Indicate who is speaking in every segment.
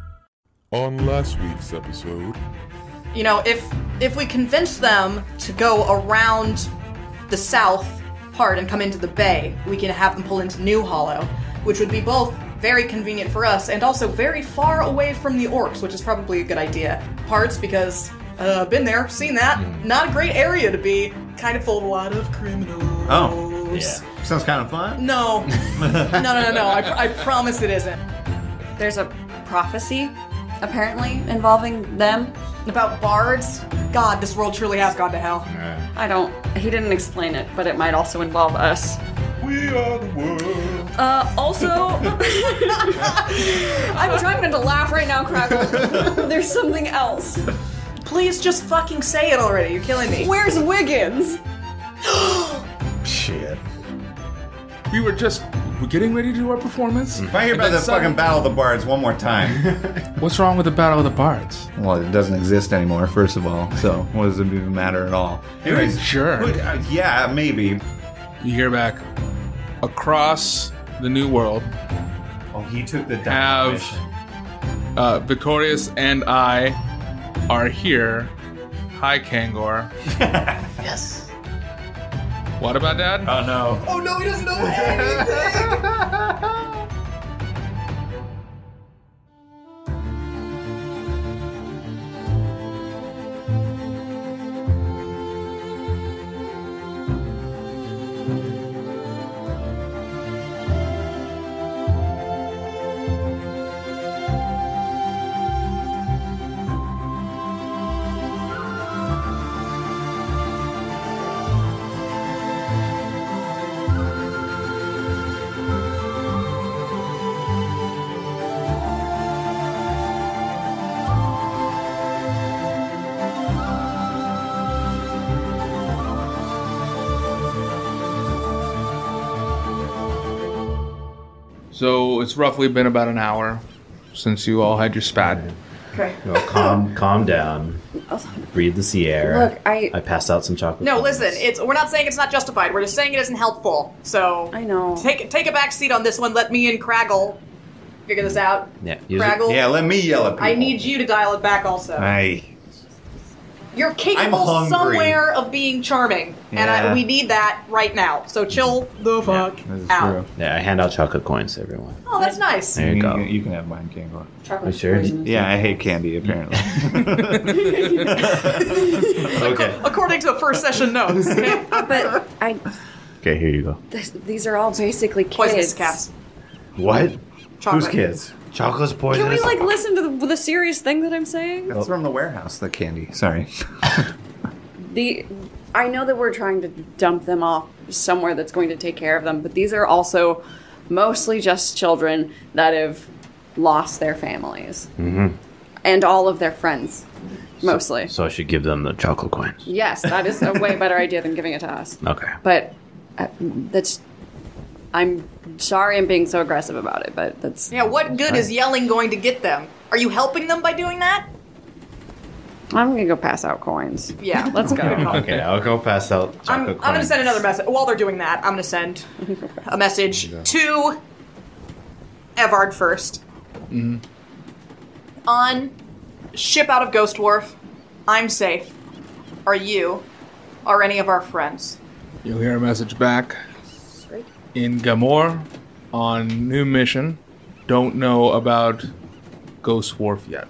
Speaker 1: On last week's episode,
Speaker 2: you know, if if we convince them to go around the south part and come into the bay, we can have them pull into New Hollow, which would be both very convenient for us and also very far away from the orcs, which is probably a good idea. Parts because uh, been there, seen that. Not a great area to be. Kind of full of a lot of criminals.
Speaker 3: Oh. Sounds kind of fun.
Speaker 2: No. no, no, no, no. I, pr- I promise it isn't.
Speaker 4: there's a prophecy apparently involving them.
Speaker 2: About bards? God, this world truly has gone to hell.
Speaker 4: I don't. He didn't explain it, but it might also involve us.
Speaker 1: we are the world.
Speaker 4: Uh, also, I'm trying not to laugh right now, Crackle. There's something else.
Speaker 2: Please just fucking say it already. You're killing me.
Speaker 4: Where's Wiggins?
Speaker 3: Shit.
Speaker 5: We were just we're getting ready to do our performance.
Speaker 3: If I hear about
Speaker 5: And
Speaker 3: the
Speaker 5: then
Speaker 3: fucking
Speaker 5: sudden-
Speaker 3: Battle of the Bards one more time.
Speaker 5: Mm. What's wrong with the Battle of the Bards?
Speaker 3: well, it doesn't exist anymore, first of all. So, what does it even matter at all? Anyways,
Speaker 5: Sure.
Speaker 3: who- uh, yeah, maybe.
Speaker 5: You hear back across the New World,
Speaker 3: Oh, he took the
Speaker 5: Have-
Speaker 3: mission.
Speaker 5: uh, Victorious and I are here. Hi, Kangor.
Speaker 2: Yes.
Speaker 5: What about that?
Speaker 3: Oh no.
Speaker 2: Oh no, he doesn't know anything!
Speaker 5: So it's roughly been about an hour since you all had your spat.
Speaker 2: okay.
Speaker 6: calm, calm down. Breathe the sea air.
Speaker 4: Look, I-
Speaker 6: I passed out some chocolate.
Speaker 2: No,
Speaker 6: bars.
Speaker 2: listen, it's we're not saying it's not justified. We're just saying it isn't helpful. So
Speaker 4: I know.
Speaker 2: Take take a back seat on this one. Let me and Craggle figure this out.
Speaker 6: Yeah, use it.
Speaker 2: Craggle.
Speaker 3: Yeah, let me yell at people.
Speaker 2: I need you to dial it back also.
Speaker 3: Hey.
Speaker 2: You're capable
Speaker 3: hungry.
Speaker 2: somewhere of being charming. And I,
Speaker 3: Yeah.
Speaker 2: we need that right now. So chill the fuck
Speaker 3: This is
Speaker 2: out.
Speaker 3: true.
Speaker 6: Yeah, I hand out chocolate coins to everyone.
Speaker 2: Oh, that's nice.
Speaker 6: There you
Speaker 3: You
Speaker 6: go.
Speaker 3: can, you can have mine, Kangor.
Speaker 6: Are you sure?
Speaker 3: Yeah, I hate candy, apparently.
Speaker 6: Okay.
Speaker 2: According to first session notes.
Speaker 4: But I.
Speaker 6: Okay, here you go.
Speaker 4: Th- these are all basically kids.
Speaker 2: Poisonous cats.
Speaker 6: What?
Speaker 2: Chocolate.
Speaker 3: Who's kids?
Speaker 6: Chocolate's
Speaker 4: Can
Speaker 6: poisonous?
Speaker 4: we like listen to the, the serious thing that I'm saying?
Speaker 3: It's from the warehouse, the candy. Sorry.
Speaker 4: The I know that we're trying to dump them off somewhere that's going to take care of them, but these are also mostly just children that have lost their families mm-hmm. and all of their friends, mostly.
Speaker 6: so I should give them the chocolate coins.
Speaker 4: yes, that is a way better idea than giving it to us.
Speaker 6: Okay.
Speaker 4: But uh, that's I'm sorry I'm being so aggressive about it, but that's
Speaker 2: Yeah, what good is yelling going to get them? Are you helping them by doing that?
Speaker 4: I'm gonna go pass out coins.
Speaker 2: Yeah.
Speaker 4: Let's go.
Speaker 6: Okay, I'll go pass out chocolate
Speaker 2: I'm, I'm
Speaker 6: coins.
Speaker 2: gonna send another message. While they're doing that, I'm gonna send a message to
Speaker 3: Mm-hmm.
Speaker 2: Evard 1st On ship out of Ghost Wharf. I'm safe. Are you? Are any of our friends?
Speaker 5: You'll hear a message back in Gamor on new mission. Don't know about Ghost Wharf yet.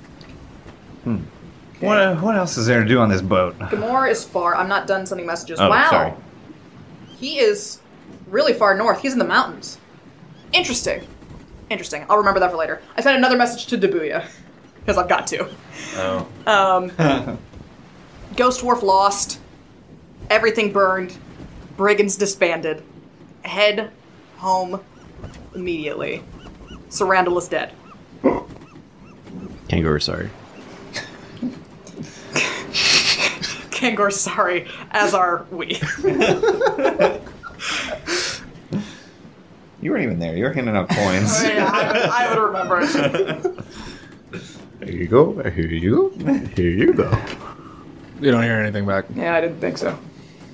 Speaker 3: What, what else is there to do on this boat?
Speaker 2: Gamor is far. I'm not done sending messages.
Speaker 3: Oh,
Speaker 2: wow.
Speaker 3: sorry.
Speaker 2: He is really far north. He's in the mountains. Interesting. Interesting. I'll remember that for later. I sent another message to Dabuya because I've got to. Um,
Speaker 3: Oh.
Speaker 2: Ghost Wharf lost. Everything burned. Brigands disbanded. Head home immediately. Sarandal is dead.
Speaker 6: Kangaroo, sorry.
Speaker 2: Kangor, sorry, as are we.
Speaker 3: You weren't even there. You were handing out coins.
Speaker 2: Yeah, I, I would remember.
Speaker 3: Here you go. Here you go. Here you go.
Speaker 5: You don't hear anything back.
Speaker 2: Yeah, I didn't think so.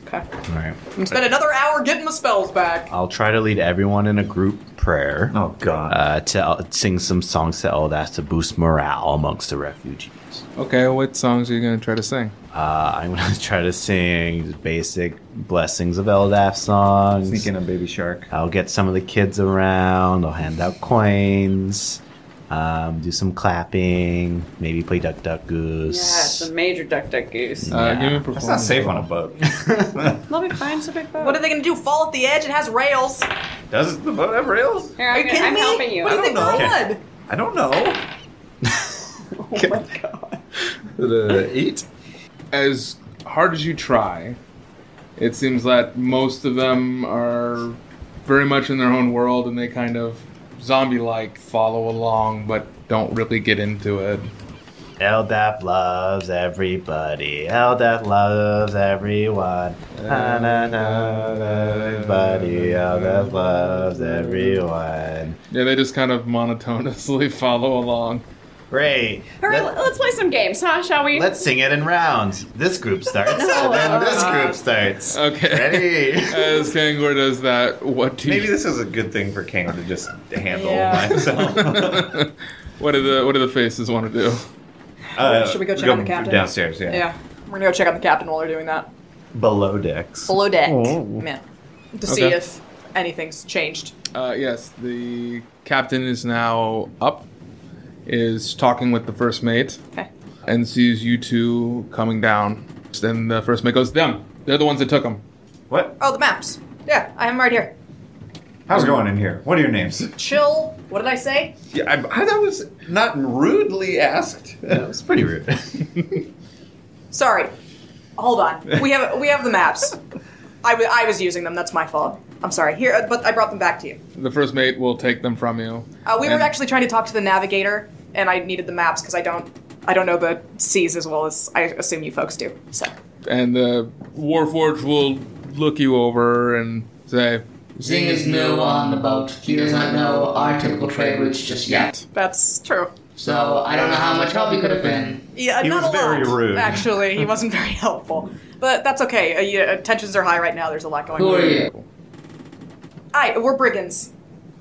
Speaker 2: Okay.
Speaker 6: All right.
Speaker 2: Spend another hour getting the spells back.
Speaker 6: I'll try to lead everyone in a group prayer.
Speaker 3: Oh, God.
Speaker 6: Uh, to El- sing some songs to Eldas to boost morale amongst the refugees.
Speaker 5: Okay, well, what songs are you going to try to sing?
Speaker 6: Uh, I'm going to try to sing basic blessings of Eldath songs.
Speaker 3: Sneaking a baby shark.
Speaker 6: I'll get some of the kids around. I'll hand out coins. Um, do some clapping. Maybe play Duck Duck
Speaker 4: Yeah, it's
Speaker 6: Goose.
Speaker 4: a major duck duck goose.
Speaker 5: Uh, give me a
Speaker 3: That's
Speaker 5: performance.
Speaker 3: not safe on a boat.
Speaker 4: Let me find some big boat.
Speaker 2: What are they gonna do? Fall off the edge? It has rails.
Speaker 3: Does the boat have rails?
Speaker 4: Here,
Speaker 2: Are
Speaker 4: I'm,
Speaker 2: you
Speaker 4: gonna-
Speaker 2: kidding
Speaker 4: I'm
Speaker 2: me?
Speaker 4: helping you.
Speaker 2: What do you
Speaker 3: I
Speaker 2: think we're
Speaker 3: don't know.
Speaker 2: on?
Speaker 3: I don't know. Oh The eight?
Speaker 5: As hard as you try, it seems that most of them are very much in their own world and they kind of zombie like follow along but don't really get into it.
Speaker 6: Eldath loves everybody. Eldath loves everyone. Na, na, na, na, everybody. Eldath loves everyone.
Speaker 5: Yeah, they just kind of monotonously follow along.
Speaker 6: Great.
Speaker 4: Hurry,
Speaker 6: Let-
Speaker 4: let's play some games, huh? Shall we?
Speaker 6: Let's sing it in rounds. This group starts, and then this group starts.
Speaker 5: Okay.
Speaker 6: Ready?
Speaker 5: As Kangor does that, what do you,
Speaker 3: Maybe this is a good thing for King to just handle
Speaker 2: Yeah.
Speaker 3: myself.
Speaker 5: what do the what do the faces want to do?
Speaker 3: Uh,
Speaker 2: Should we go check
Speaker 3: go
Speaker 2: on the captain?
Speaker 3: Downstairs, yeah.
Speaker 2: Yeah, we're gonna go check on the captain while they're doing that.
Speaker 3: Below decks.
Speaker 2: Below deck, man, to see
Speaker 5: Oh. Okay.
Speaker 2: if anything's changed.
Speaker 5: Uh, yes, the captain is now up, is talking with the first mate,
Speaker 2: Okay.
Speaker 5: and sees you two coming down. Then the first mate goes, "Them, they're the ones that took them."
Speaker 3: What?
Speaker 2: Oh, the maps. Yeah, I have them right here.
Speaker 3: How's it going in here? What are your names?
Speaker 2: Chill. What did I say?
Speaker 3: Yeah, I, I, that was not rudely asked.
Speaker 6: That was pretty rude.
Speaker 2: Sorry. Hold on. We have we have the maps. I wa- I was using them. That's my fault. I'm sorry. Here, uh, but I brought them back to you.
Speaker 5: The first mate will take them from you.
Speaker 2: Uh, we were
Speaker 5: And-
Speaker 2: actually trying to talk to the navigator, and I needed the maps because I don't I don't know the seas as well as I assume you folks do. So
Speaker 5: and the Warforge will look you over and say,
Speaker 7: Zing is new on the boat. He does not know our typical trade routes just yet.
Speaker 2: that's true.
Speaker 7: So I don't know how much help he could have been.
Speaker 2: Yeah,
Speaker 3: He
Speaker 2: not
Speaker 3: was
Speaker 2: a lot.
Speaker 3: very rude.
Speaker 2: Actually, he wasn't very helpful. But that's okay. Uh, yeah, uh, tensions are high right now. There's a lot going
Speaker 7: Who
Speaker 2: on.
Speaker 7: are you?
Speaker 2: Hi, we're brigands.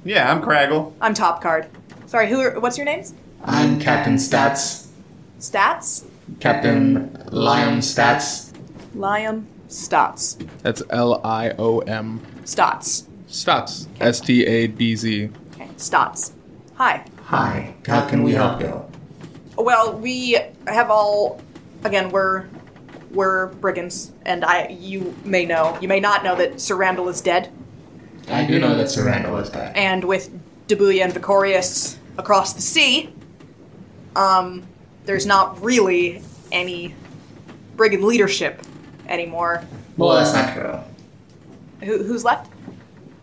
Speaker 3: Yeah, I'm Craggle.
Speaker 2: I'm top card. Sorry, who? Are, what's your names?
Speaker 7: I'm Captain Stats.
Speaker 2: Stats.
Speaker 7: Captain Lion Stats.
Speaker 2: Liam. Stats.
Speaker 5: "That's L I O M
Speaker 2: Stats.
Speaker 5: Stats S T A D Z."
Speaker 2: Okay. Stats. Hi.
Speaker 7: Hi, how can we help you?
Speaker 2: Well, we have all again we're we're brigands, and I you may know you may not know that Sir Randall is dead,
Speaker 7: I do know that Sarandal is back.
Speaker 2: and with Dabuya and Vicorius across the sea, um, there's not really any brigand leadership anymore.
Speaker 7: Well, that's not true.
Speaker 2: Who, who's left?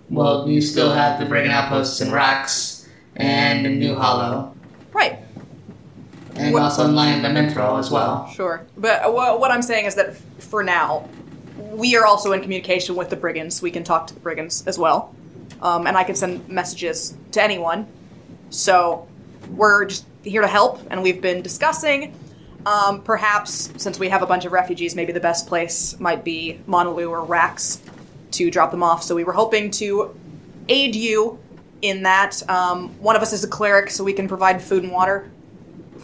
Speaker 7: Well, you still have the Brigand outposts and rocks and in New Hollow.
Speaker 2: Right.
Speaker 7: And
Speaker 2: What-
Speaker 7: also in Lion the Menthral as well.
Speaker 2: Sure. But uh, wha- what I'm saying is that f- for now, we are also in communication with the brigands. We can talk to the brigands as well. Um, and I can send messages to anyone. So we're just here to help, and we've been discussing. Um, perhaps, since we have a bunch of refugees, maybe the best place might be Monaloo or Rax to drop them off. So we were hoping to aid you in that. Um, one of us is a cleric, so we can provide food and water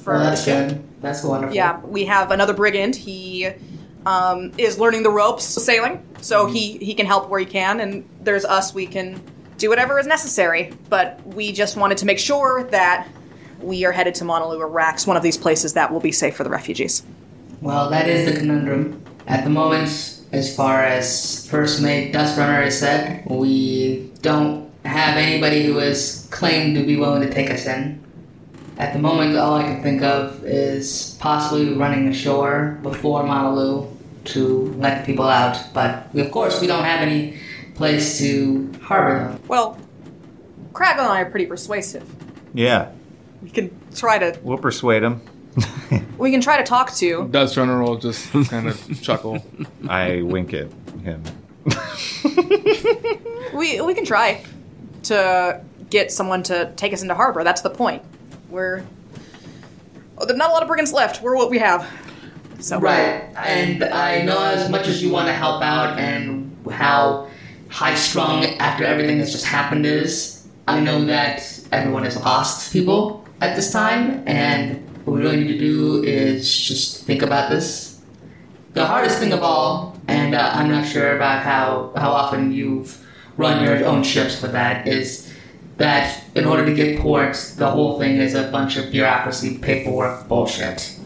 Speaker 2: for
Speaker 7: Well, that's
Speaker 2: the ship.
Speaker 7: good. That's wonderful.
Speaker 2: Yeah, we have another brigand. He um, is learning the ropes sailing, so he he can help where he can, and there's us. We can do whatever is necessary, but we just wanted to make sure that we are headed to Monolua Rax, one of these places that will be safe for the refugees.
Speaker 7: Well, that is the conundrum. At the moment, as far as First Mate Dust Runner is said, we don't have anybody who has claimed to be willing to take us in. At the moment, all I can think of is possibly running ashore before Mamalu to let people out, but we, of course, we don't have any place to harbor them.
Speaker 2: Well, Crag and I are pretty persuasive.
Speaker 3: Yeah,
Speaker 2: We can try to
Speaker 3: we'll persuade him.
Speaker 2: we can try to talk to.
Speaker 5: Dust Runner will just kind of chuckle.
Speaker 3: I wink at him.
Speaker 2: We we can try to get someone to take us into harbor. That's the point. We're oh, there's not a lot of brigands left. We're what we have. So uh,
Speaker 7: Right, and I know as much as you want to help out and how high strung after everything that's just happened is, I know that everyone has lost people at this time, and what we really need to do is just think about this. The hardest thing of all, and uh, I'm not sure about how, how often you've run your own ships for that, is that in order to get ports, the whole thing is a bunch of bureaucracy, paperwork, bullshit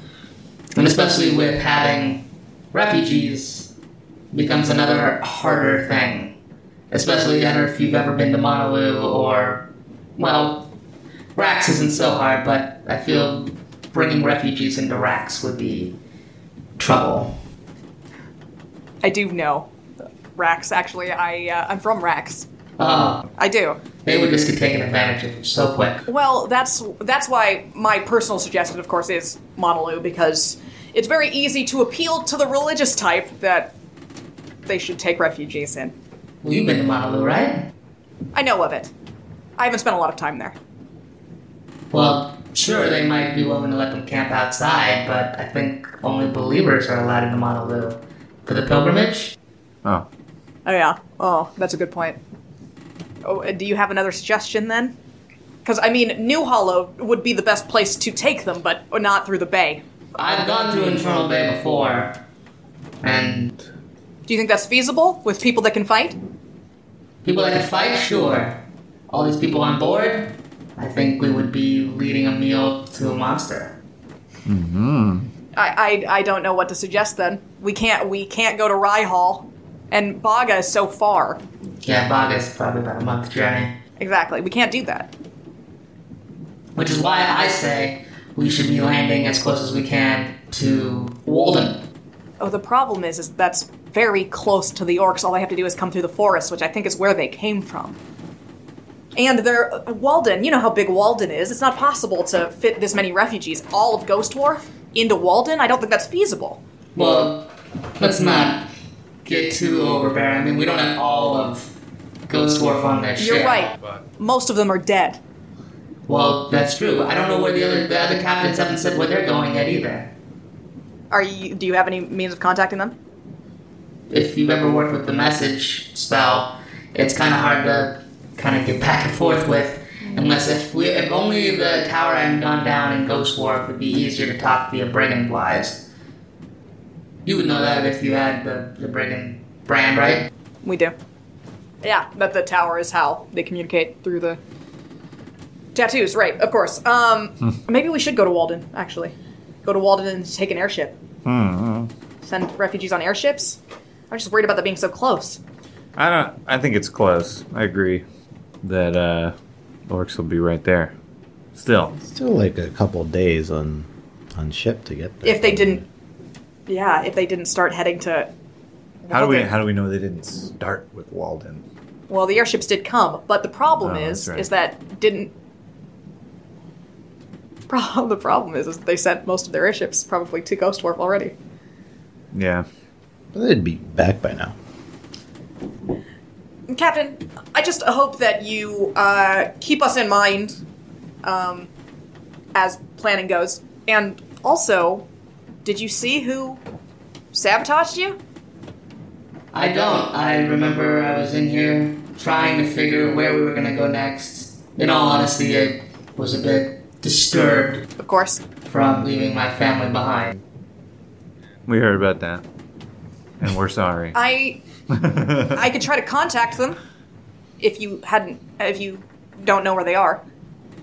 Speaker 7: and especially with having refugees becomes another harder thing especially I don't know if you've ever been to Monolulu or well Rax isn't so hard but I feel bringing refugees into Rax would be trouble
Speaker 2: I do know Rax. Actually, I uh, I'm from Rax.
Speaker 7: oh
Speaker 2: I do.
Speaker 7: they would just get taken advantage of so quick
Speaker 2: Well, that's that's why my personal suggestion, of course, is Monoloo because it's very easy to appeal to the religious type that they should take refugees in.
Speaker 7: well you've been to Monolulu right
Speaker 2: I know of it. I haven't spent a lot of time there.
Speaker 7: well sure they might be willing to let them camp outside but I think only believers are allowed into Monolulu for the pilgrimage
Speaker 3: Oh,
Speaker 2: Oh yeah. Oh, that's a good point. Oh, uh, do you have another suggestion then? Because I mean, New Hollow would be the best place to take them, but not through the bay.
Speaker 7: I've gone through Infernal Bay before, and
Speaker 2: Do you think that's feasible with people that can fight?
Speaker 7: people that can fight, sure. All these people on board, I think we would be leading a meal to a monster.
Speaker 2: I, I, I don't know what to suggest then. We can't we can't go to Rye Hall, and Baga is so far.
Speaker 7: Yeah, Baga's probably about a month journey,
Speaker 2: Exactly, we can't do that.
Speaker 7: which is why I say we should be landing as close as we can to Walden.
Speaker 2: Oh, the problem is is that's very close to the orcs. All they have to do is come through the forest, which I think is where they came from. And they're uh, Walden. You know how big Walden is. It's not possible to fit this many refugees, all of Ghost Dwarf, into Walden. I don't think that's feasible.
Speaker 7: Well, let's not get too overbearing. I mean, we don't have all of Ghost Dwarf on this
Speaker 2: You're
Speaker 7: ship.
Speaker 2: right. Most of them are dead.
Speaker 7: Well, that's true. I don't know where the other the other captains haven't said where they're going yet either.
Speaker 2: Are you? Do you have any means of contacting them?
Speaker 7: if you've ever worked with the message spell, it's kind of hard to kind of get back and forth with. Unless if we, if only the tower hadn't gone down in Ghost War, it would be easier to talk via brigand wise. You would know that if you had the, the brigand brand, right?
Speaker 2: We do. Yeah, that the tower is how they communicate through the tattoos. Right, of course.
Speaker 3: Hmm.
Speaker 2: Um, maybe we should go to Walden. Actually, go to Walden and take an airship.
Speaker 3: Hmm.
Speaker 2: Send refugees on airships. I'm just worried about that being so close.
Speaker 3: I don't. I think it's close. I agree that uh, orcs will be right there. Still,
Speaker 6: Still like a couple days on on ship to get there.
Speaker 2: If they didn't, yeah, if they didn't start heading to.
Speaker 3: how do we
Speaker 2: Walden.
Speaker 3: how do we know they didn't start with Walden?
Speaker 2: Well, the airships did come, but the problem
Speaker 3: Oh,
Speaker 2: is,
Speaker 3: that's right.
Speaker 2: is that didn't. Pro- the problem is, is they sent most of their airships probably to Ghost Dwarf already.
Speaker 3: Yeah,
Speaker 6: But they'd be back by now.
Speaker 2: Captain, I just hope that you uh, keep us in mind um, as planning goes. And also, did you see who sabotaged you?
Speaker 7: I don't. I remember I was in here trying to figure where we were gonna go next. In all honesty, it was a bit disturbed
Speaker 2: Of course.
Speaker 7: from leaving my family behind.
Speaker 3: We heard about that, and we're sorry.
Speaker 2: I I could try to contact them if you hadn't if you don't know where they are.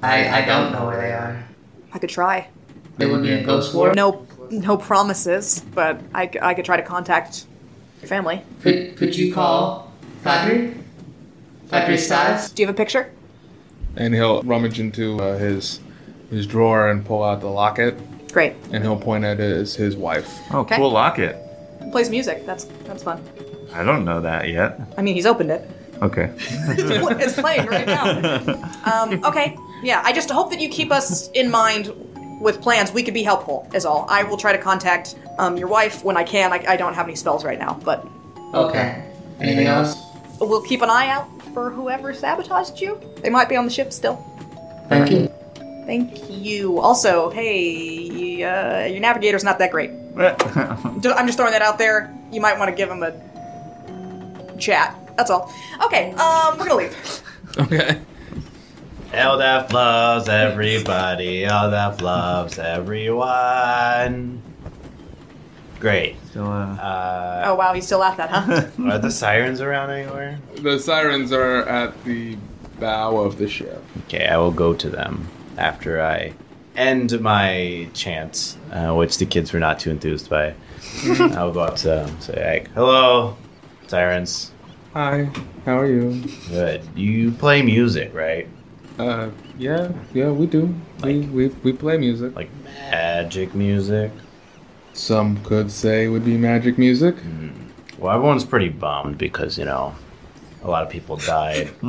Speaker 7: I, I don't know where they are.
Speaker 2: I could try.
Speaker 7: They would be in Ghost War.
Speaker 2: No no promises, but I, c- I could try to contact your family.
Speaker 7: Could, could you call Kadri? Kadri Stas?
Speaker 2: Do you have a picture?
Speaker 5: And he'll rummage into uh, his his drawer and pull out the locket,
Speaker 2: Great.
Speaker 5: and he'll point at it as his wife.
Speaker 3: oh,
Speaker 2: okay.
Speaker 3: cool locket.
Speaker 2: Plays music. That's that's fun.
Speaker 3: I don't know that yet.
Speaker 2: I mean, he's opened it.
Speaker 3: Okay.
Speaker 2: It's pl- it's playing right now. Um, okay. Yeah, I just hope that you keep us in mind with plans. We could be helpful, is all. I will try to contact um, your wife when I can. I, I don't have any spells right now, but
Speaker 7: Okay. Anything else?
Speaker 2: we'll keep an eye out for whoever sabotaged you. They might be on the ship still.
Speaker 7: Thank you.
Speaker 2: Thank you. Also, hey, uh, your navigator's not that great. D- I'm just throwing that out there. You might want to give him a chat. That's all. Okay, um, we're gonna leave.
Speaker 5: Okay.
Speaker 6: LDAF loves everybody. LDAF loves everyone. Great.
Speaker 3: so, uh,
Speaker 6: Uh,
Speaker 2: Oh wow, he's still at that, huh?
Speaker 6: are the sirens around anywhere?
Speaker 5: The sirens are at the bow of the ship.
Speaker 6: Okay, I will go to them after I end my chant, uh, which the kids were not too enthused by.
Speaker 5: Mm-hmm.
Speaker 6: I will go up to them and say, like, hello, sirens.
Speaker 5: Hi. How are you?
Speaker 6: Good. You play music, right?
Speaker 5: Uh, yeah, yeah, we do. We, we we play music.
Speaker 6: Like magic music?
Speaker 5: Some could say would be magic music.
Speaker 6: Well, everyone's pretty bummed because, you know, a lot of people died.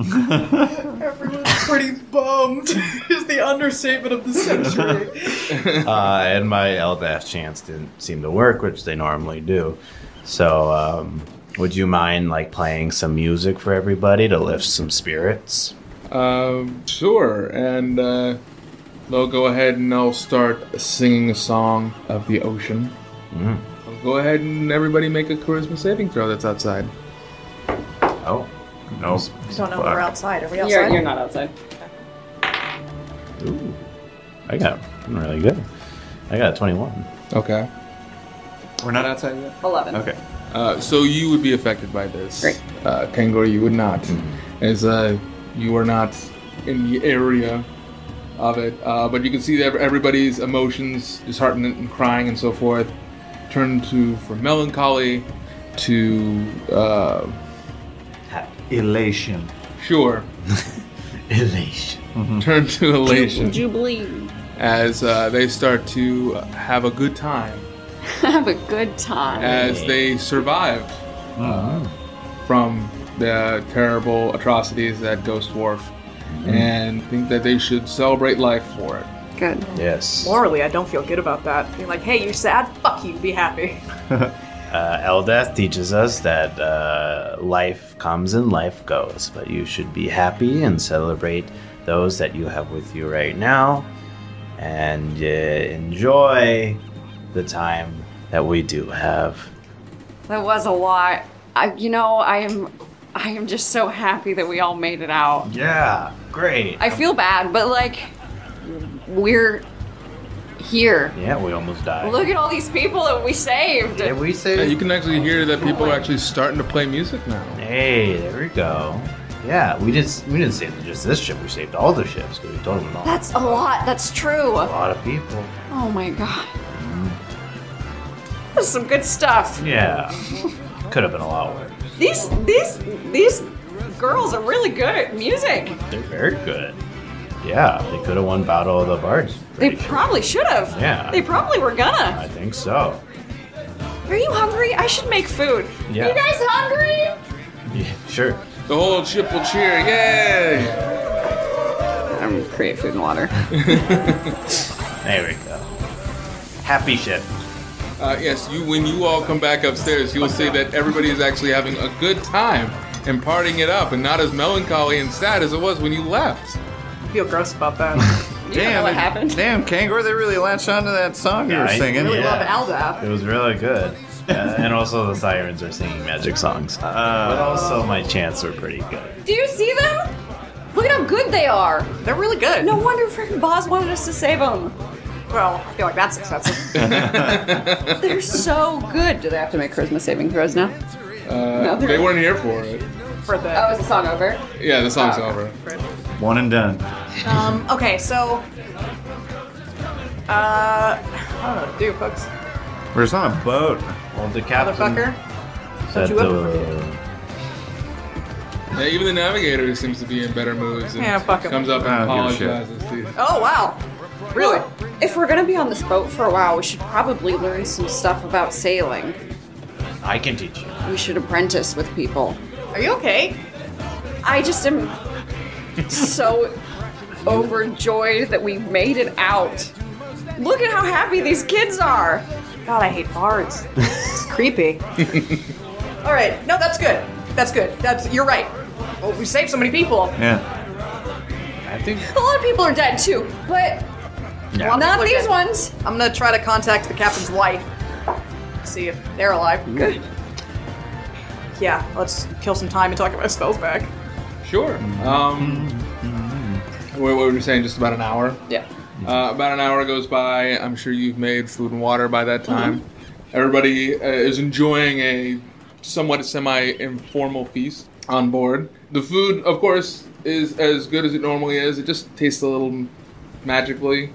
Speaker 2: Everyone's pretty bummed. Is the understatement of the century.
Speaker 6: uh, and my LDAF chants didn't seem to work, which they normally do. So, um, would you mind like playing some music for everybody to lift some spirits?
Speaker 5: Um, sure, and uh, they'll go ahead and they'll start singing a song of the ocean. Go ahead and everybody make a charisma saving throw that's outside.
Speaker 6: Oh,
Speaker 3: no.
Speaker 2: I don't know. if We're outside. Are we outside?
Speaker 4: You're, you're not outside.
Speaker 6: Ooh. I got I'm really good. I got a 21.
Speaker 5: Okay.
Speaker 3: We're not outside yet.
Speaker 4: Eleven.
Speaker 3: Okay.
Speaker 5: Uh, so you would be affected by this.
Speaker 4: Great.
Speaker 5: Uh, Kangor, you would not, as uh, you are not in the area of it. Uh, but you can see that everybody's emotions, disheartenment and crying and so forth, turn to from melancholy to uh,
Speaker 3: Elation.
Speaker 5: sure,
Speaker 6: Elation.
Speaker 5: turn to elation
Speaker 4: Jubilee.
Speaker 5: as uh, they start to have a good time
Speaker 4: Have a good time.
Speaker 5: as they survived uh, from the terrible atrocities at Ghost Wharf, and think that they should celebrate life for it.
Speaker 4: Good.
Speaker 6: Yes. Uh,
Speaker 2: Morally, I don't feel good about that. Being like, hey, you're sad. Fuck you. Be happy.
Speaker 6: Eldath teaches us that uh, life comes and life goes, but you should be happy and celebrate those that you have with you right now and uh, enjoy the time that we do have.
Speaker 4: That was a lot. I, you know, I am, I am just so happy that we all made it out.
Speaker 6: Yeah, great.
Speaker 4: I feel bad, but like, we're here.
Speaker 6: yeah, we almost died.
Speaker 4: Look at all these people that we saved.
Speaker 6: Did we
Speaker 5: Yeah,
Speaker 6: say
Speaker 5: you can actually hear that people are actually starting to play music now.
Speaker 6: Hey, there we go. Yeah, we just we didn't save just this ship. We saved all the ships because we told them all.
Speaker 4: That's a lot. That's true.
Speaker 6: a lot of people.
Speaker 4: Oh my god. That's some good stuff.
Speaker 6: Yeah, could have been a lot worse.
Speaker 4: These these these girls are really good at music.
Speaker 6: They're very good. Yeah, they could have won Battle of the Bards.
Speaker 4: They
Speaker 6: pretty sure.
Speaker 4: probably should have.
Speaker 6: Yeah.
Speaker 4: They probably were gonna.
Speaker 6: I think so.
Speaker 4: Are you hungry? I should make food.
Speaker 6: Yeah.
Speaker 4: You guys hungry?
Speaker 6: Yeah, sure.
Speaker 5: The whole ship will cheer, yay!
Speaker 4: I'm gonna create food and water.
Speaker 6: There we go. Happy ship.
Speaker 5: Uh, yes, you. When you all come back upstairs, you will see that everybody is actually having a good time and partying it up, and not as melancholy and sad as it was when you left.
Speaker 2: I feel gross about that.
Speaker 4: You don't know what happened.
Speaker 3: Damn, Kangor, they really latched onto that song you were
Speaker 6: Yeah, I-
Speaker 3: singing.
Speaker 6: really
Speaker 2: Love
Speaker 6: Yeah.
Speaker 2: Alda.
Speaker 6: It was really good. Uh, and also the sirens are singing magic songs. but also my chants were pretty good.
Speaker 4: Do you see them? Look at how good they are.
Speaker 2: They're really good.
Speaker 4: No wonder freaking Boz wanted us to save them.
Speaker 2: Well, I feel like that's excessive.
Speaker 4: They're so good. Do they have to make charisma saving throws now?
Speaker 5: Uh,
Speaker 4: they're-
Speaker 5: they weren't here for it.
Speaker 2: For the
Speaker 4: Oh, is the song over?
Speaker 5: Yeah, the song's
Speaker 4: Oh.
Speaker 5: over.
Speaker 3: One and done.
Speaker 2: Um, okay, so. Uh, I don't know what to do, folks.
Speaker 3: We're just on a boat.
Speaker 6: Well, the captain
Speaker 2: Motherfucker.
Speaker 6: said
Speaker 2: you ever
Speaker 6: the-
Speaker 5: Yeah, even the navigator seems to be in better moods. And
Speaker 2: Yeah, fuck 'em.
Speaker 5: Comes up and
Speaker 3: I don't give a
Speaker 5: apologizes to you.
Speaker 2: Oh, wow. Really?
Speaker 4: If we're gonna be on this boat for a while, we should probably learn some stuff about sailing.
Speaker 6: I can teach you.
Speaker 4: We should apprentice with people.
Speaker 2: Are you okay?
Speaker 4: I just am so overjoyed that we made it out. Look at how happy these kids are.
Speaker 2: God, I hate bards. it's creepy. All right, no, that's good. That's good. That's you're right. Well, we saved so many people.
Speaker 3: Yeah.
Speaker 6: I think
Speaker 4: A lot of people are dead too, but
Speaker 6: Yeah.
Speaker 4: not
Speaker 2: Look
Speaker 4: these
Speaker 2: at-
Speaker 4: ones.
Speaker 2: I'm gonna try to contact the captain's wife. See if they're alive. Good. Yeah, let's kill some time and talk about spells back.
Speaker 5: Sure. Um, what, what were you saying? Just about an hour?
Speaker 2: Yeah.
Speaker 5: Uh, about an hour goes by. I'm sure you've made food and water by that time.
Speaker 2: Mm-hmm.
Speaker 5: Everybody uh, is enjoying a somewhat semi informal feast on board. The food, of course, is as good as it normally is. It just tastes a little magically.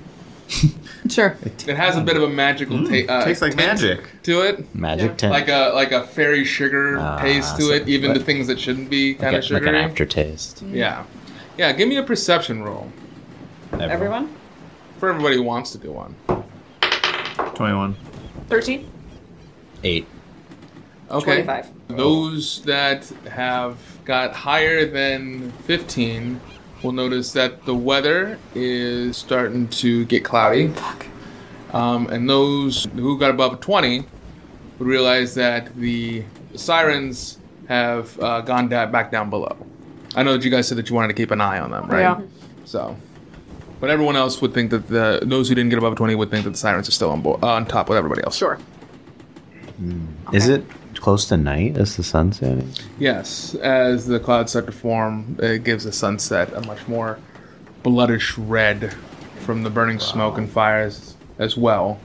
Speaker 2: Sure.
Speaker 5: It has a bit of a magical ta- uh,
Speaker 3: Mm. Tastes like
Speaker 5: tint
Speaker 3: magic.
Speaker 5: to it.
Speaker 6: magic tent.
Speaker 5: Like a like a fairy sugar
Speaker 6: Ah,
Speaker 5: taste to
Speaker 6: so-
Speaker 5: it, even
Speaker 6: like-
Speaker 5: to things that shouldn't be kind
Speaker 6: like,
Speaker 5: of
Speaker 6: a- like an
Speaker 5: sugary.
Speaker 6: aftertaste.
Speaker 5: Yeah. Yeah, give me a perception roll
Speaker 4: Everyone?
Speaker 5: for everybody who wants to do one.
Speaker 3: 21.
Speaker 2: Thirteen.
Speaker 6: Eight.
Speaker 5: Okay.
Speaker 4: 25.
Speaker 5: Those that have got higher than 15 will notice that the weather is starting to get
Speaker 2: Oh,
Speaker 5: cloudy. Fuck. Um, and those who got above 20 would realize that the sirens have uh, gone da- back down below. I know that you guys said that you wanted to keep an eye on them, right?
Speaker 2: Yeah.
Speaker 5: So, but everyone else would think that the those who didn't get above 20 would think that the sirens are still on, bo- uh, on top with everybody else.
Speaker 2: Sure.
Speaker 6: Is it close to night? Is the sun setting?
Speaker 5: Yes, as the clouds start to form, it gives the sunset a much more bloodish red from the burning smoke and fires as well.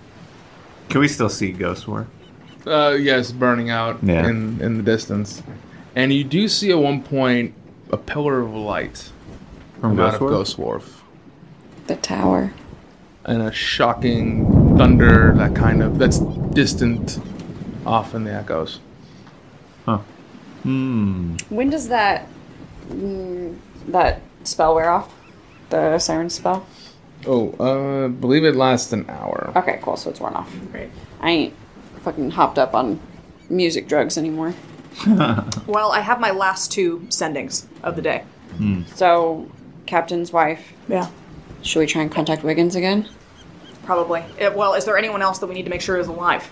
Speaker 3: Can we still see Ghost War?
Speaker 5: Uh, yes, burning out
Speaker 3: Yeah.
Speaker 5: in, in the distance. And you do see at one point a pillar of light
Speaker 3: From
Speaker 5: come out
Speaker 3: Ghost
Speaker 5: of
Speaker 3: War?
Speaker 5: Ghost Wharf.
Speaker 4: The tower.
Speaker 5: And a shocking thunder that kind of that's distant off in the echoes.
Speaker 4: When does that mm, that spell wear off? The siren spell?
Speaker 5: Oh, uh believe it lasts an hour.
Speaker 4: Okay, cool, so it's worn off.
Speaker 2: Great.
Speaker 4: I ain't fucking hopped up on music drugs anymore.
Speaker 2: Well, I have my last two sendings of the day.
Speaker 4: So, Captain's wife,
Speaker 2: Yeah.
Speaker 4: should we try and contact Wiggins again?
Speaker 2: Probably. It, well, is there anyone else that we need to make sure is alive?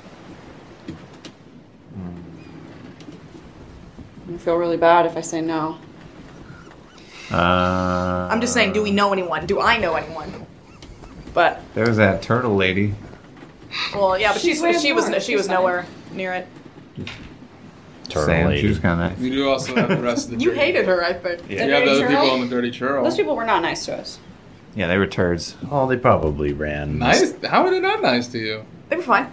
Speaker 4: I feel really bad if I say no.
Speaker 3: Uh,
Speaker 2: I'm just saying, do we know anyone? Do I know anyone? But
Speaker 3: there was that turtle lady.
Speaker 2: well, yeah, but
Speaker 4: She's
Speaker 2: she's,
Speaker 4: way up
Speaker 2: she was
Speaker 4: north.
Speaker 2: she was
Speaker 4: She's fine.
Speaker 2: nowhere near it.
Speaker 6: Turtle
Speaker 3: Sam,
Speaker 6: lady.
Speaker 3: she was kind of
Speaker 5: You do also have the rest of the
Speaker 2: You
Speaker 5: dirty-
Speaker 2: hated her, I think.
Speaker 3: Yeah.
Speaker 5: You have the
Speaker 4: Dirty
Speaker 5: other people
Speaker 4: churl?
Speaker 5: on the dirty churl.
Speaker 4: Those people were not nice to us.
Speaker 3: Yeah, they were turds.
Speaker 6: Oh, they probably ran.
Speaker 5: Nice? How are they not nice to you?
Speaker 2: They were fine.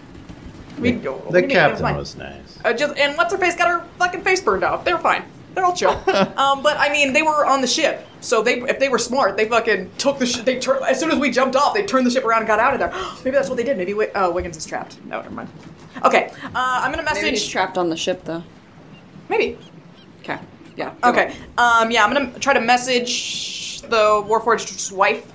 Speaker 2: We, we
Speaker 6: The
Speaker 2: didn't- they were
Speaker 6: captain
Speaker 2: fine.
Speaker 6: was nice.
Speaker 2: Uh, just and what's her face got her fucking face burned off. They're fine. They're all chill. um, but I mean, they were on the ship, so they if they were smart, they fucking took the ship. They tur- as soon as we jumped off, they turned the ship around and got out of there. Maybe that's what they did. Maybe Wi- uh, Wiggins is trapped. No, never mind. Okay, uh, I'm gonna
Speaker 4: Maybe just
Speaker 2: message.
Speaker 4: trapped on the ship, though.
Speaker 2: Maybe.
Speaker 4: Okay. Yeah. good
Speaker 2: Okay.
Speaker 4: one.
Speaker 2: Um, yeah, I'm gonna try to message the Warforged's wife.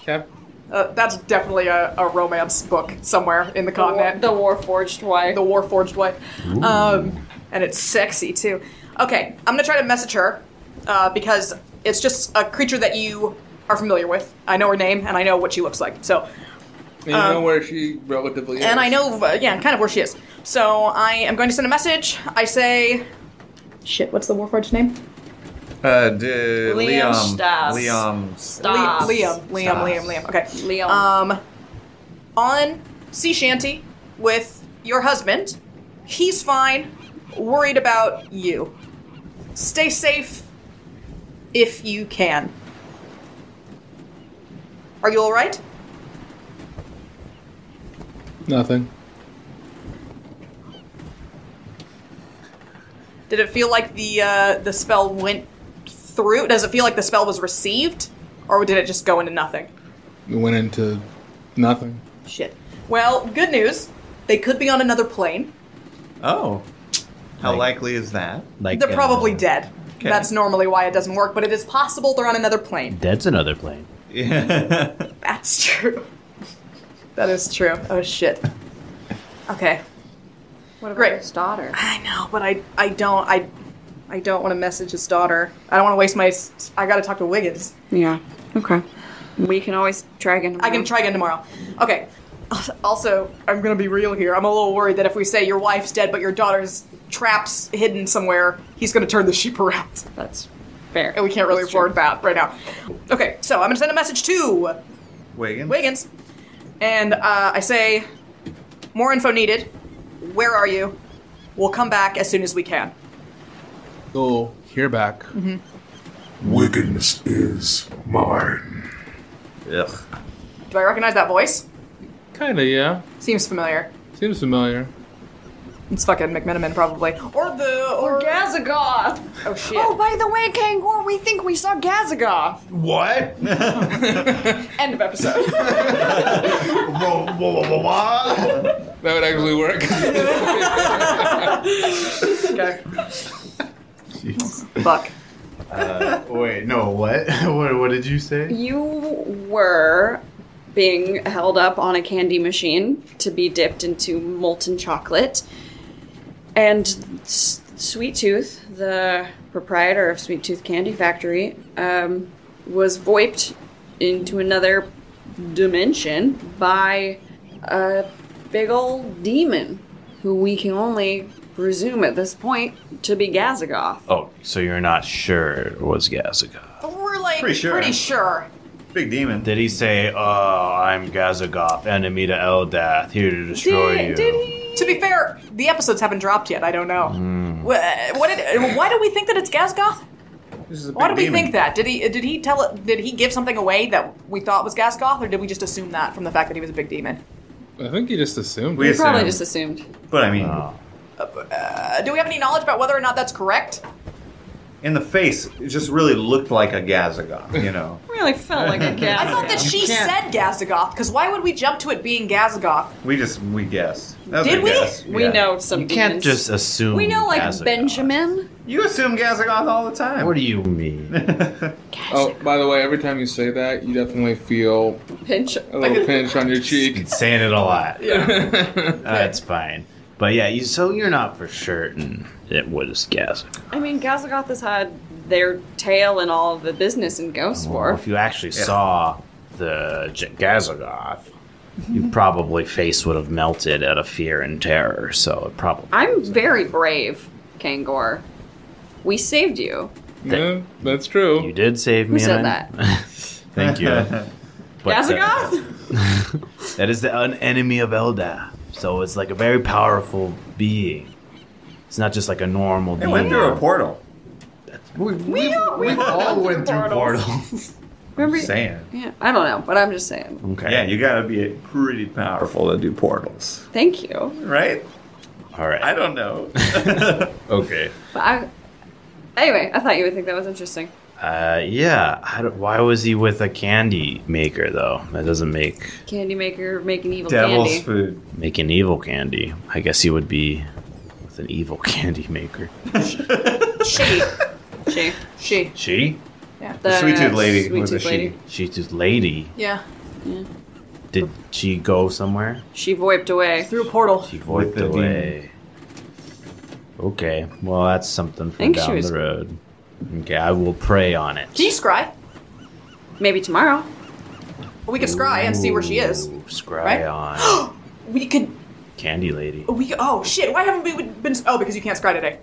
Speaker 5: Cap?
Speaker 2: Uh, that's definitely a, a romance book somewhere in the
Speaker 4: The war,
Speaker 2: continent.
Speaker 4: the war forged wife.
Speaker 2: the Warforged wife. Um, and it's sexy too. Okay, I'm gonna try to message her uh, because it's just a creature that you are familiar with. I know her name and I know what she looks like. So,
Speaker 5: And you know where she relatively is.
Speaker 2: Um, and I know, uh, yeah, kind of where she is. So I am going to send a message. I say, shit. What's the Warforged's name?
Speaker 3: Uh, d-
Speaker 4: Liam
Speaker 3: Liam.
Speaker 4: Stas.
Speaker 3: Liam. Stas.
Speaker 2: Le-
Speaker 4: Stop.
Speaker 2: Liam. Liam.
Speaker 3: Stop.
Speaker 2: Liam. Liam. Okay.
Speaker 4: Liam. Uh,
Speaker 2: Um, on sea shanty with your husband. He's fine. Worried about you. Stay safe if you can. Are you all right?
Speaker 5: Nothing.
Speaker 2: Did it feel like the uh, the spell went through? Does it feel like the spell was received, or did it just go into nothing?
Speaker 5: We went into nothing.
Speaker 2: Shit. Well, good news. They could be on another plane.
Speaker 3: Oh. How
Speaker 6: Like-
Speaker 3: likely is that?
Speaker 6: Like
Speaker 2: They're
Speaker 6: uh,
Speaker 2: probably dead.
Speaker 3: Okay.
Speaker 2: That's normally why it doesn't work, but it is possible they're on another plane.
Speaker 6: Dead's another plane.
Speaker 3: Yeah.
Speaker 2: That's true. that is true. Oh shit. Okay.
Speaker 4: What about
Speaker 2: Great.
Speaker 4: his daughter?
Speaker 2: I know, but I I don't I I don't want to message his daughter. I don't want to waste my. s- I got to talk to Wiggins.
Speaker 4: Yeah. Okay. We can always try again.
Speaker 2: I can try again tomorrow. Okay. Also, I'm gonna be real here. I'm a little worried that if we say your wife's dead but your daughter's traps hidden somewhere, he's gonna turn the ship around.
Speaker 4: That's fair.
Speaker 2: And we can't really
Speaker 4: That's
Speaker 2: afford
Speaker 4: true.
Speaker 2: that right now. Okay, so I'm gonna send a message to
Speaker 3: Wiggins?
Speaker 2: Wiggins. And uh, I say, more info needed. Where are you? We'll come back as soon as we can.
Speaker 5: Go here back.
Speaker 1: Wiggins is mine.
Speaker 3: Ugh.
Speaker 2: Do I recognize that voice?
Speaker 5: Kinda, yeah.
Speaker 2: Seems familiar.
Speaker 5: Seems familiar.
Speaker 2: It's fucking McMenamin, probably. Or the. Or.
Speaker 4: Gazagoth.
Speaker 2: Oh shit.
Speaker 4: Oh, by the way, Kangor, we think we saw Gazagoth.
Speaker 3: What?
Speaker 4: End of episode.
Speaker 3: Whoa, whoa, whoa, whoa, whoa.
Speaker 5: That would actually work.
Speaker 2: Okay.
Speaker 6: Jeez.
Speaker 2: Fuck.
Speaker 6: Wait, no, what? what? What did you say?
Speaker 4: you were being held up on a candy machine to be dipped into molten chocolate. And S- Sweet Tooth, the proprietor of Sweet Tooth Candy Factory, um, was voiped into another dimension by a big old demon who we can only presume at this point to be Gazagoth.
Speaker 6: Oh, so you're not sure it was Gazagoth.
Speaker 2: We're like
Speaker 3: Pretty sure.
Speaker 2: Pretty sure.
Speaker 3: Big demon.
Speaker 6: Did he say, "Oh, I'm Gazagoth, enemy to Eldath, here to destroy you"?
Speaker 4: Did, did he?
Speaker 2: To be fair, the episodes haven't dropped yet. I don't know. Wh- What did, why do we think that it's Gasgoth?
Speaker 3: This is a
Speaker 2: Why do
Speaker 3: big
Speaker 2: we
Speaker 3: demon.
Speaker 2: think that? Did he did he tell did he give something away that we thought was Gasgoth, or did we just assume that from the fact that he was a big demon?
Speaker 5: I think you just assumed.
Speaker 3: We
Speaker 5: it.
Speaker 3: assume.
Speaker 4: Probably just assumed.
Speaker 3: But I mean,
Speaker 6: Oh.
Speaker 2: Uh, do we have any knowledge about whether or not that's correct?
Speaker 3: in the face, it just really looked like a Gazagoth, you know?
Speaker 4: Really felt like a gas.
Speaker 2: I thought that she said Gasgoth, because why would we jump to it being Gasgoth?
Speaker 3: we just, we guessed. That was
Speaker 2: Did
Speaker 3: a
Speaker 2: we?
Speaker 3: Guess.
Speaker 4: We
Speaker 3: Yeah.
Speaker 4: know some.
Speaker 6: You can't
Speaker 4: demons.
Speaker 6: just assume.
Speaker 4: We know like
Speaker 6: Gazagoth.
Speaker 4: Benjamin.
Speaker 3: You assume Gazagoth all the time.
Speaker 6: What do you mean?
Speaker 5: Oh, by the way, every time you say that, you definitely feel
Speaker 4: Pinch.
Speaker 5: a little pinch on your cheek.
Speaker 6: He's saying it a lot.
Speaker 5: Yeah.
Speaker 6: That's fine. But yeah, you, so you're not for certain it was Gazagoth.
Speaker 4: I mean, Gazagoth has had their tail in all of the business in Ghost
Speaker 6: Or
Speaker 4: War.
Speaker 6: Oh, if you actually saw the J- Gazagoth,
Speaker 3: Mm-hmm.
Speaker 6: you probably face would have melted out of fear and terror. So it probably
Speaker 4: I'm very brave, Kangor. We saved you.
Speaker 5: that's true.
Speaker 6: you did save me.
Speaker 4: said
Speaker 6: and I- Thank you. But, uh,
Speaker 4: Gazagoth?
Speaker 6: that is the an enemy of Eldath. So it's like a very powerful being. It's not just like a normal
Speaker 3: It
Speaker 6: being.
Speaker 3: went through a portal.
Speaker 6: We, we,
Speaker 4: we all
Speaker 6: all went through
Speaker 4: portals.
Speaker 6: portals.
Speaker 4: Remember?
Speaker 3: Saying.
Speaker 4: Yeah, I don't know, but I'm just saying.
Speaker 6: Okay.
Speaker 3: Yeah, you gotta be pretty powerful to do portals,
Speaker 4: Thank you.
Speaker 3: right?
Speaker 6: all right.
Speaker 3: I don't know.
Speaker 6: okay.
Speaker 4: But I, anyway, I thought you would think that was interesting.
Speaker 6: Uh, yeah. I don't- why was he with a candy maker though? That doesn't make
Speaker 4: Candy maker making evil
Speaker 3: Devil's
Speaker 4: candy.
Speaker 3: food.
Speaker 6: make an evil candy. I guess he would be with an evil candy maker.
Speaker 2: She,
Speaker 4: She.
Speaker 2: she,
Speaker 6: She?
Speaker 4: The
Speaker 3: Sweet Tooth Lady
Speaker 4: Sweet
Speaker 3: was a
Speaker 4: Tooth lady.
Speaker 6: She's just lady.
Speaker 2: yeah,
Speaker 6: Did she go somewhere?
Speaker 4: She voiped away.
Speaker 2: through a portal.
Speaker 6: She
Speaker 3: With
Speaker 6: voiped
Speaker 3: the
Speaker 6: away. Okay. Well, that's something for
Speaker 4: think she
Speaker 6: down
Speaker 4: was-
Speaker 6: the road. Okay, I will prey on it.
Speaker 2: Can you scry?
Speaker 4: Maybe tomorrow.
Speaker 2: We could scry and see where she is.
Speaker 6: Ooh, Scry
Speaker 2: right?
Speaker 6: on
Speaker 2: We could
Speaker 6: candy lady.
Speaker 2: We oh shit! Why haven't we been? Oh, because you can't scry today.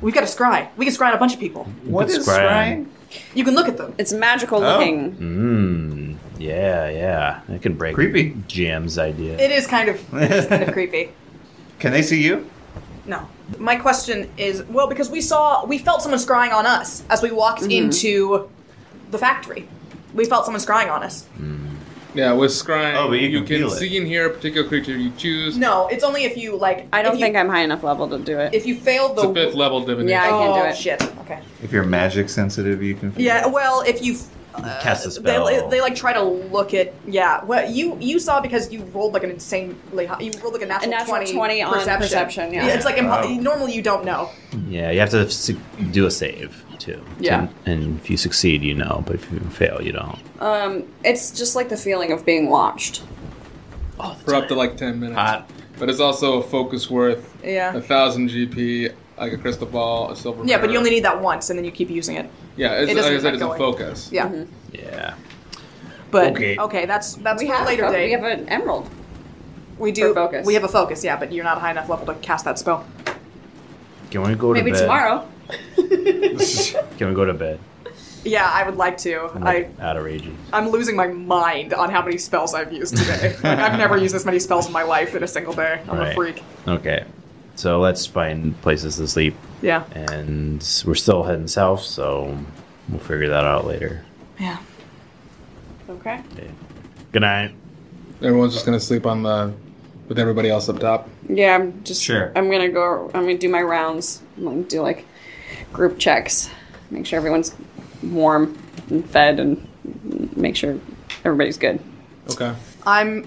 Speaker 2: We've got to scry. We can scry on a bunch of people.
Speaker 3: What
Speaker 6: But
Speaker 3: is
Speaker 6: scrying-
Speaker 3: scrying?
Speaker 2: You can look at them.
Speaker 4: It's magical looking.
Speaker 6: Mmm. Yeah, yeah. That can break
Speaker 3: Creepy.
Speaker 6: Jam's idea.
Speaker 2: It is kind of it is kind of creepy.
Speaker 3: Can they see you?
Speaker 2: No. My question is well because we saw we felt someone scrying on us as we walked into the factory. We felt someone scrying on us.
Speaker 5: Yeah, with scrying,
Speaker 6: Oh, but you can feel it.
Speaker 5: see and hear a particular creature you choose.
Speaker 2: No, it's only if you like.
Speaker 4: I don't
Speaker 2: if you-
Speaker 4: think I'm high enough level to do it.
Speaker 2: If you fail
Speaker 5: It's
Speaker 2: the
Speaker 5: a fifth level divination.
Speaker 4: Yeah, I can't do
Speaker 2: Oh,
Speaker 4: it.
Speaker 2: Shit. Okay.
Speaker 3: If you're magic sensitive, you can.
Speaker 2: Yeah. Well, if you
Speaker 6: Cast a
Speaker 2: Uh, They,
Speaker 6: spell.
Speaker 2: li- they like try to look at yeah. Well, you you saw because you rolled like an insanely high. You rolled like a natural,
Speaker 4: natural
Speaker 2: 20,
Speaker 4: 20 on
Speaker 2: perception.
Speaker 4: perception, yeah.
Speaker 2: it's like impo-
Speaker 3: Wow.
Speaker 2: normally you don't know.
Speaker 6: yeah, you have to su- do a save too.
Speaker 4: Yeah.
Speaker 6: and if you succeed, you know, but if you fail, you don't.
Speaker 4: Um, it's just like the feeling of being watched. Oh,
Speaker 5: for up to like ten minutes.
Speaker 6: Hot.
Speaker 5: But it's also a focus worth
Speaker 2: Yeah.
Speaker 5: a thousand GP, like a crystal ball, a silver.
Speaker 2: Yeah, but
Speaker 5: mirror.
Speaker 2: you only need that once, and then you keep using it.
Speaker 5: Yeah, it's, like
Speaker 2: it doesn't
Speaker 5: I said,
Speaker 2: keep
Speaker 5: it's a
Speaker 2: going.
Speaker 5: focus.
Speaker 2: Yeah.
Speaker 6: Yeah.
Speaker 2: But
Speaker 6: Okay.
Speaker 2: okay, that's that's
Speaker 4: Mm-hmm. We
Speaker 2: for a
Speaker 4: have
Speaker 2: later
Speaker 4: a, fo-
Speaker 2: date.
Speaker 4: We have an emerald.
Speaker 2: We do
Speaker 4: for focus.
Speaker 2: We have a focus, yeah, but you're not high enough level to cast that spell.
Speaker 6: Can we go to
Speaker 4: Maybe
Speaker 6: bed?
Speaker 4: tomorrow.
Speaker 6: Can we go to bed?
Speaker 2: Yeah, I would like to.
Speaker 6: I'm
Speaker 2: I
Speaker 6: like, outrageous.
Speaker 2: I'm losing my mind on how many spells I've used today. like I've never used this many spells in my life in a single day. I'm
Speaker 6: Right.
Speaker 2: a freak.
Speaker 6: Okay, so let's find places to sleep,
Speaker 2: Yeah.
Speaker 6: and we're still heading south, so we'll figure that out later.
Speaker 2: Yeah.
Speaker 4: Okay.
Speaker 6: Okay. Good night.
Speaker 5: Everyone's just gonna sleep on the with everybody else up top.
Speaker 4: Yeah, I'm just.
Speaker 6: Sure.
Speaker 4: I'm gonna go. I'm gonna do my rounds. I'm gonna do like group checks. Make sure everyone's warm and fed, and make sure everybody's good.
Speaker 5: Okay.
Speaker 2: I'm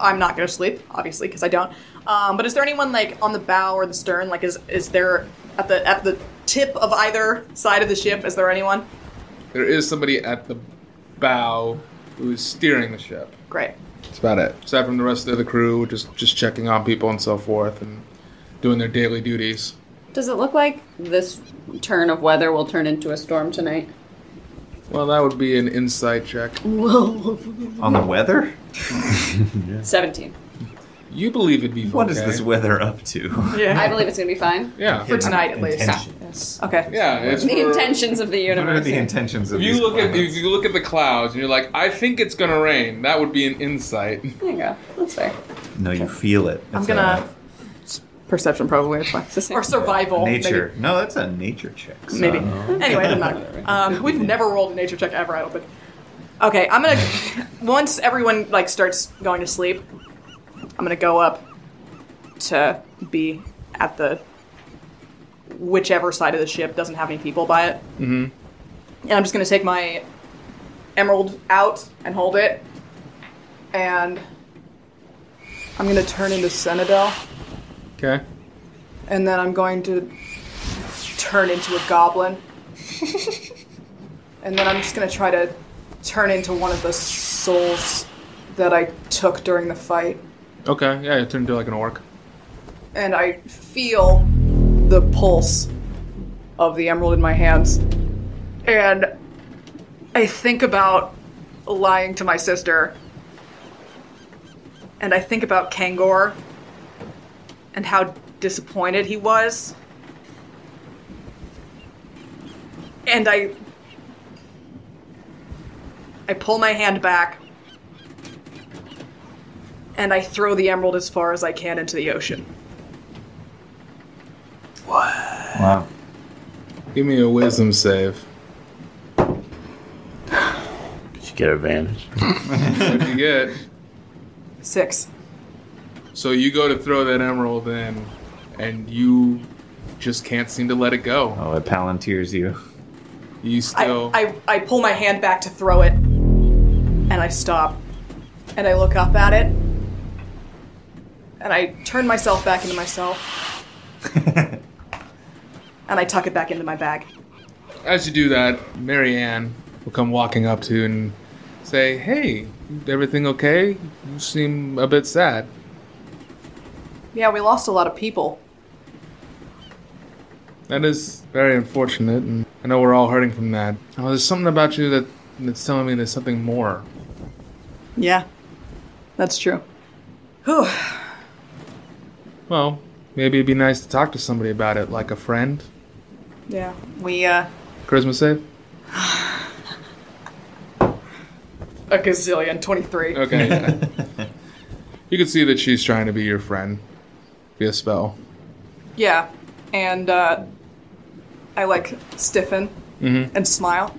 Speaker 2: I'm not gonna sleep, obviously, because I don't. Um, but is there anyone like on the bow or the stern? Like, is is there at the at the tip of either side of the ship? Is there anyone?
Speaker 5: There is somebody at the bow who is steering the ship.
Speaker 2: Great.
Speaker 5: That's about it. Aside from the rest of the crew, just just checking on people and so forth, and doing their daily duties.
Speaker 4: Does it look like this turn of weather will turn into a storm tonight?
Speaker 5: Well, that would be an insight check.
Speaker 3: On the weather?
Speaker 4: Seventeen.
Speaker 5: You believe it'd be
Speaker 3: What is
Speaker 5: okay.
Speaker 3: this weather up to?
Speaker 2: Yeah.
Speaker 4: I believe it's gonna be fine.
Speaker 5: Yeah.
Speaker 2: for tonight at least.
Speaker 3: Intention.
Speaker 2: Okay.
Speaker 5: Yeah. It's
Speaker 4: The
Speaker 5: for-
Speaker 4: intentions of the
Speaker 3: What are
Speaker 4: universe.
Speaker 3: the intentions of
Speaker 5: If you
Speaker 3: these
Speaker 5: look at
Speaker 3: planets?
Speaker 5: if you look at the clouds and you're like, I think it's gonna rain. That would be an insight.
Speaker 4: There you go. That's fair.
Speaker 3: No, you feel it.
Speaker 2: I'm
Speaker 3: It's
Speaker 2: gonna
Speaker 3: a
Speaker 2: perception probably. It's fine.
Speaker 4: It's the same.
Speaker 2: Or survival.
Speaker 3: nature. No, that's a nature check. so-
Speaker 2: Maybe. maybe. Anyway, it doesn't matter. Um, we've never rolled a nature check ever. I don't think. Okay, I'm gonna. once everyone like starts going to sleep, I'm gonna go up to be at the whichever side of the ship doesn't have any people by it. Mm-hmm. And I'm just gonna take my emerald out and hold it, and I'm gonna turn into Senadel,
Speaker 5: Okay.
Speaker 2: and then I'm going to turn into a goblin, and then I'm just gonna try to turn into one of the souls that I took during the fight.
Speaker 5: Okay. Yeah. It turned into like an orc.
Speaker 2: and I feel the pulse of the emerald in my hands. And I think about lying to my sister. And I think about Kangor and how disappointed he was. And I I pull my hand back and I throw the emerald as far as I can into the ocean.
Speaker 3: Wow.
Speaker 5: Give me a wisdom save.
Speaker 6: Did you get advantage?
Speaker 5: What'd you get?
Speaker 2: Six.
Speaker 5: So you go to throw that emerald in, and you just can't seem to let it go.
Speaker 3: Oh, it palantirs you.
Speaker 5: You
Speaker 2: I,
Speaker 5: still.
Speaker 2: I, I pull my hand back to throw it, and I stop. And I look up at it, and I turn myself back into myself, and I tuck it back into my bag.
Speaker 5: As you do that, Marianne will come walking up to you and say, "Hey, everything okay? You seem a bit sad."
Speaker 2: Yeah, we lost a lot of people.
Speaker 5: That is very unfortunate, and I know we're all hurting from that. Oh, there's something about you that that's telling me there's something more.
Speaker 2: Yeah, that's true. Whew.
Speaker 5: Well, maybe it'd be nice to talk to somebody about it, like a friend.
Speaker 2: Yeah, we, uh,
Speaker 5: Charisma save.
Speaker 2: a gazillion, 23.
Speaker 5: Okay. you can see that she's trying to be your friend via spell.
Speaker 2: Yeah, and uh, I like Mm-hmm. stiffen and smile.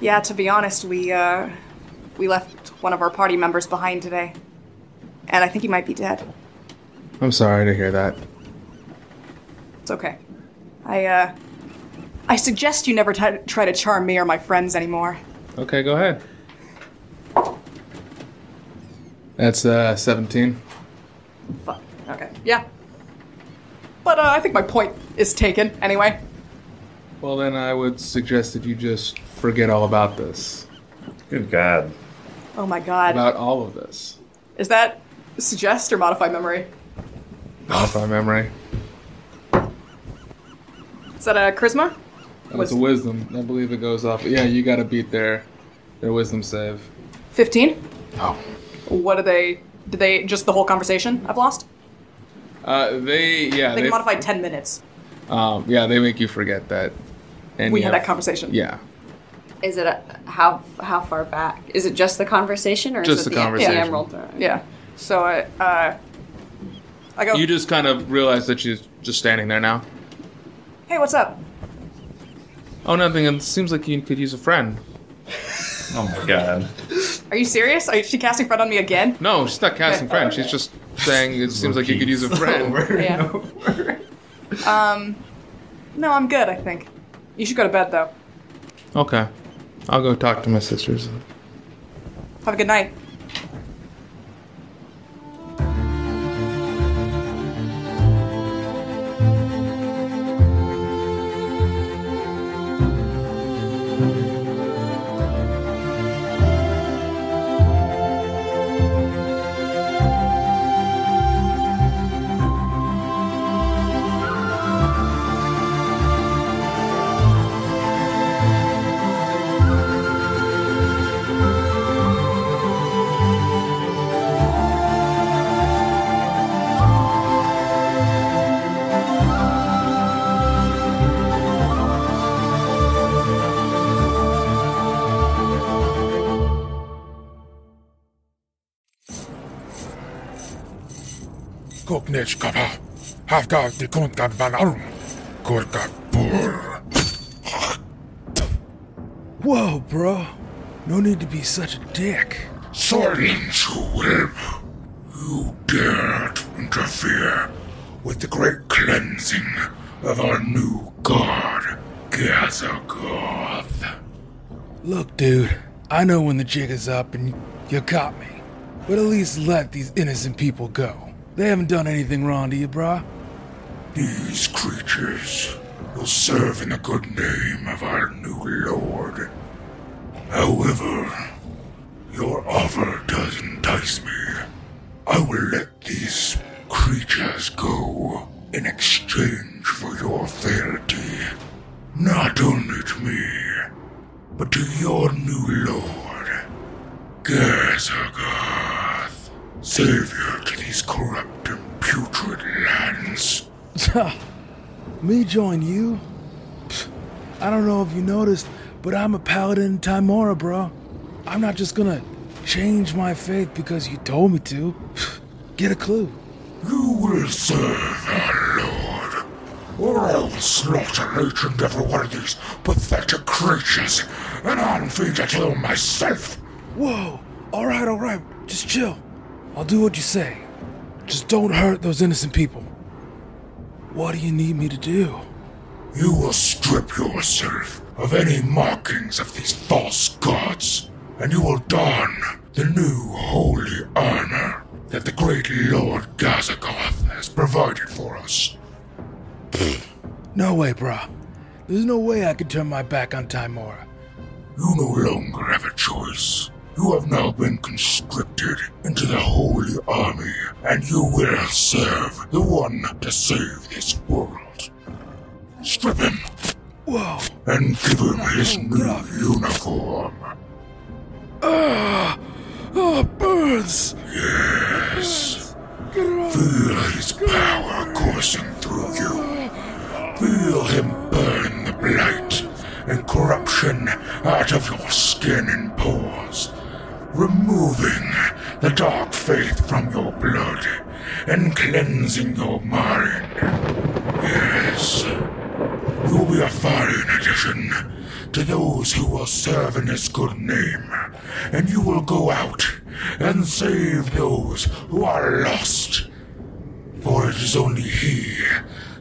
Speaker 2: Yeah, to be honest, we uh, We left one of our party members behind today, and I think he might be dead.
Speaker 8: I'm sorry to hear that.
Speaker 2: It's okay. I, uh. I suggest you never t- try to charm me or my friends anymore.
Speaker 8: Okay, go ahead. That's uh, 17.
Speaker 2: Fuck. Okay. Yeah. But uh, I think my point is taken, anyway.
Speaker 8: Well, then I would suggest that you just forget all about this.
Speaker 3: Good God.
Speaker 2: Oh my god.
Speaker 8: About all of this.
Speaker 2: Is that suggest or modify memory?
Speaker 8: Modify memory.
Speaker 2: Is that a charisma?
Speaker 8: That's a wisdom. I believe it goes off. Yeah, you got to beat their their wisdom save.
Speaker 2: 15?
Speaker 8: Oh.
Speaker 2: What do they. Did they. Just the whole conversation I've lost?
Speaker 8: Uh, they yeah
Speaker 2: They
Speaker 8: they,
Speaker 2: modified 10 minutes.
Speaker 8: um, yeah they make you forget that. And
Speaker 2: We
Speaker 8: you
Speaker 2: had
Speaker 8: have-
Speaker 2: that conversation.
Speaker 8: Yeah,
Speaker 4: Is it a, how how far back? Is it just the conversation, or
Speaker 8: Just
Speaker 4: is it
Speaker 8: the
Speaker 4: the
Speaker 8: conversation.
Speaker 4: Emerald Throne?
Speaker 2: Yeah. So I. Uh, I go,
Speaker 8: you just kind of realize that she's just standing there now.
Speaker 2: hey, what's up?
Speaker 8: Oh, nothing. It seems like you could use a friend.
Speaker 3: Oh my God.
Speaker 2: Are you serious? Are she casting friend on me again?
Speaker 8: No, she's not casting
Speaker 2: Okay.
Speaker 8: friend. She's just saying it seems like you could use a friend.
Speaker 2: Yeah. um, no, I'm good, I think. You should go to bed, though.
Speaker 8: Okay, I'll go talk to my sisters.
Speaker 2: Have a good night.
Speaker 5: Koknechkara, Havgar de Kuntgan Banarum,
Speaker 9: Whoa, bro. No need to be such a dick.
Speaker 5: Silence you will. You dare to interfere with the great cleansing of our new god, Gazagoth.
Speaker 9: Look, dude, I know when the jig is up and you caught me. But at least let these innocent people go. They haven't done anything wrong to you, brah.
Speaker 5: These creatures will serve in the good name of our new lord. However, your offer does entice me. I will let these creatures go in exchange for your fealty. Not only to me, but to your new lord, Gazagoth, savior to these corrupt and putrid lands.
Speaker 9: Me join you? Pfft, I don't know if you noticed, but I'm a paladin in Timora, bro. I'm not just gonna change my faith because you told me to. Pfft, Get a clue.
Speaker 5: You will serve our lord, or I will slaughter each and every one of these pathetic creatures, and I'll feed it to them myself.
Speaker 9: Whoa! Alright, alright. Just chill. I'll do what you say. Just don't hurt those innocent people. What do you need me to do?
Speaker 5: You will strip yourself of any markings of these false gods, and you will don the new holy armor that the great Lord Gazagoth has provided for us.
Speaker 9: No way, brah. There's no way I could turn my back on Timora.
Speaker 5: You no longer have a choice. You have now been conscripted into the Holy Army, and you will serve the one to save this world. Strip him
Speaker 9: Whoa!
Speaker 5: and give him his new uniform.
Speaker 9: Ah! Oh, it burns!
Speaker 5: Yes.
Speaker 9: Get it off!
Speaker 5: Feel his power coursing through you. Feel him burn the blight and corruption out of your skin and pores, removing the dark faith from your blood and cleansing your mind. Yes, you'll be a fine addition to those who will serve in his good name and you will go out and save those who are lost. For it is only he,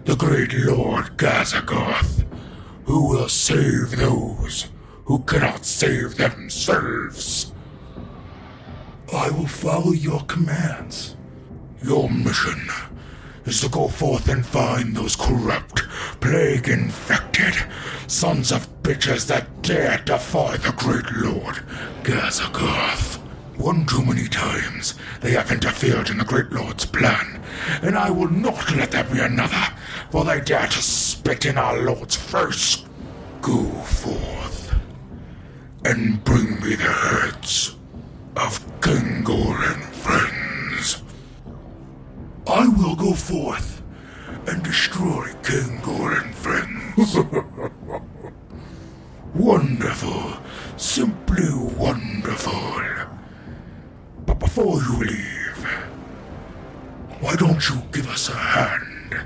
Speaker 5: the great Lord Gazagoth, who will save those who cannot save themselves. I will follow your commands. Your mission is to go forth and find those corrupt, plague infected sons of bitches that dare defy the great lord, Gazagoth. One too many times they have interfered in the great lord's plan, and I will not let there be another, for they dare to spit in our lord's face. Go forth and bring me the heads of Kangor and friends. I will go forth and destroy Kangor and friends. wonderful, simply wonderful. But before you leave, why don't you give us a hand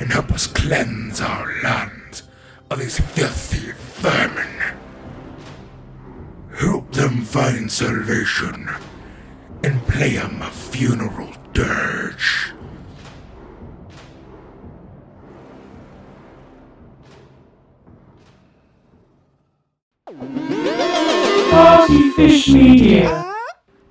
Speaker 5: and help us cleanse our lands of these filthy vermin? Help them find salvation and play them a funeral dirge.
Speaker 10: Party Fish Media.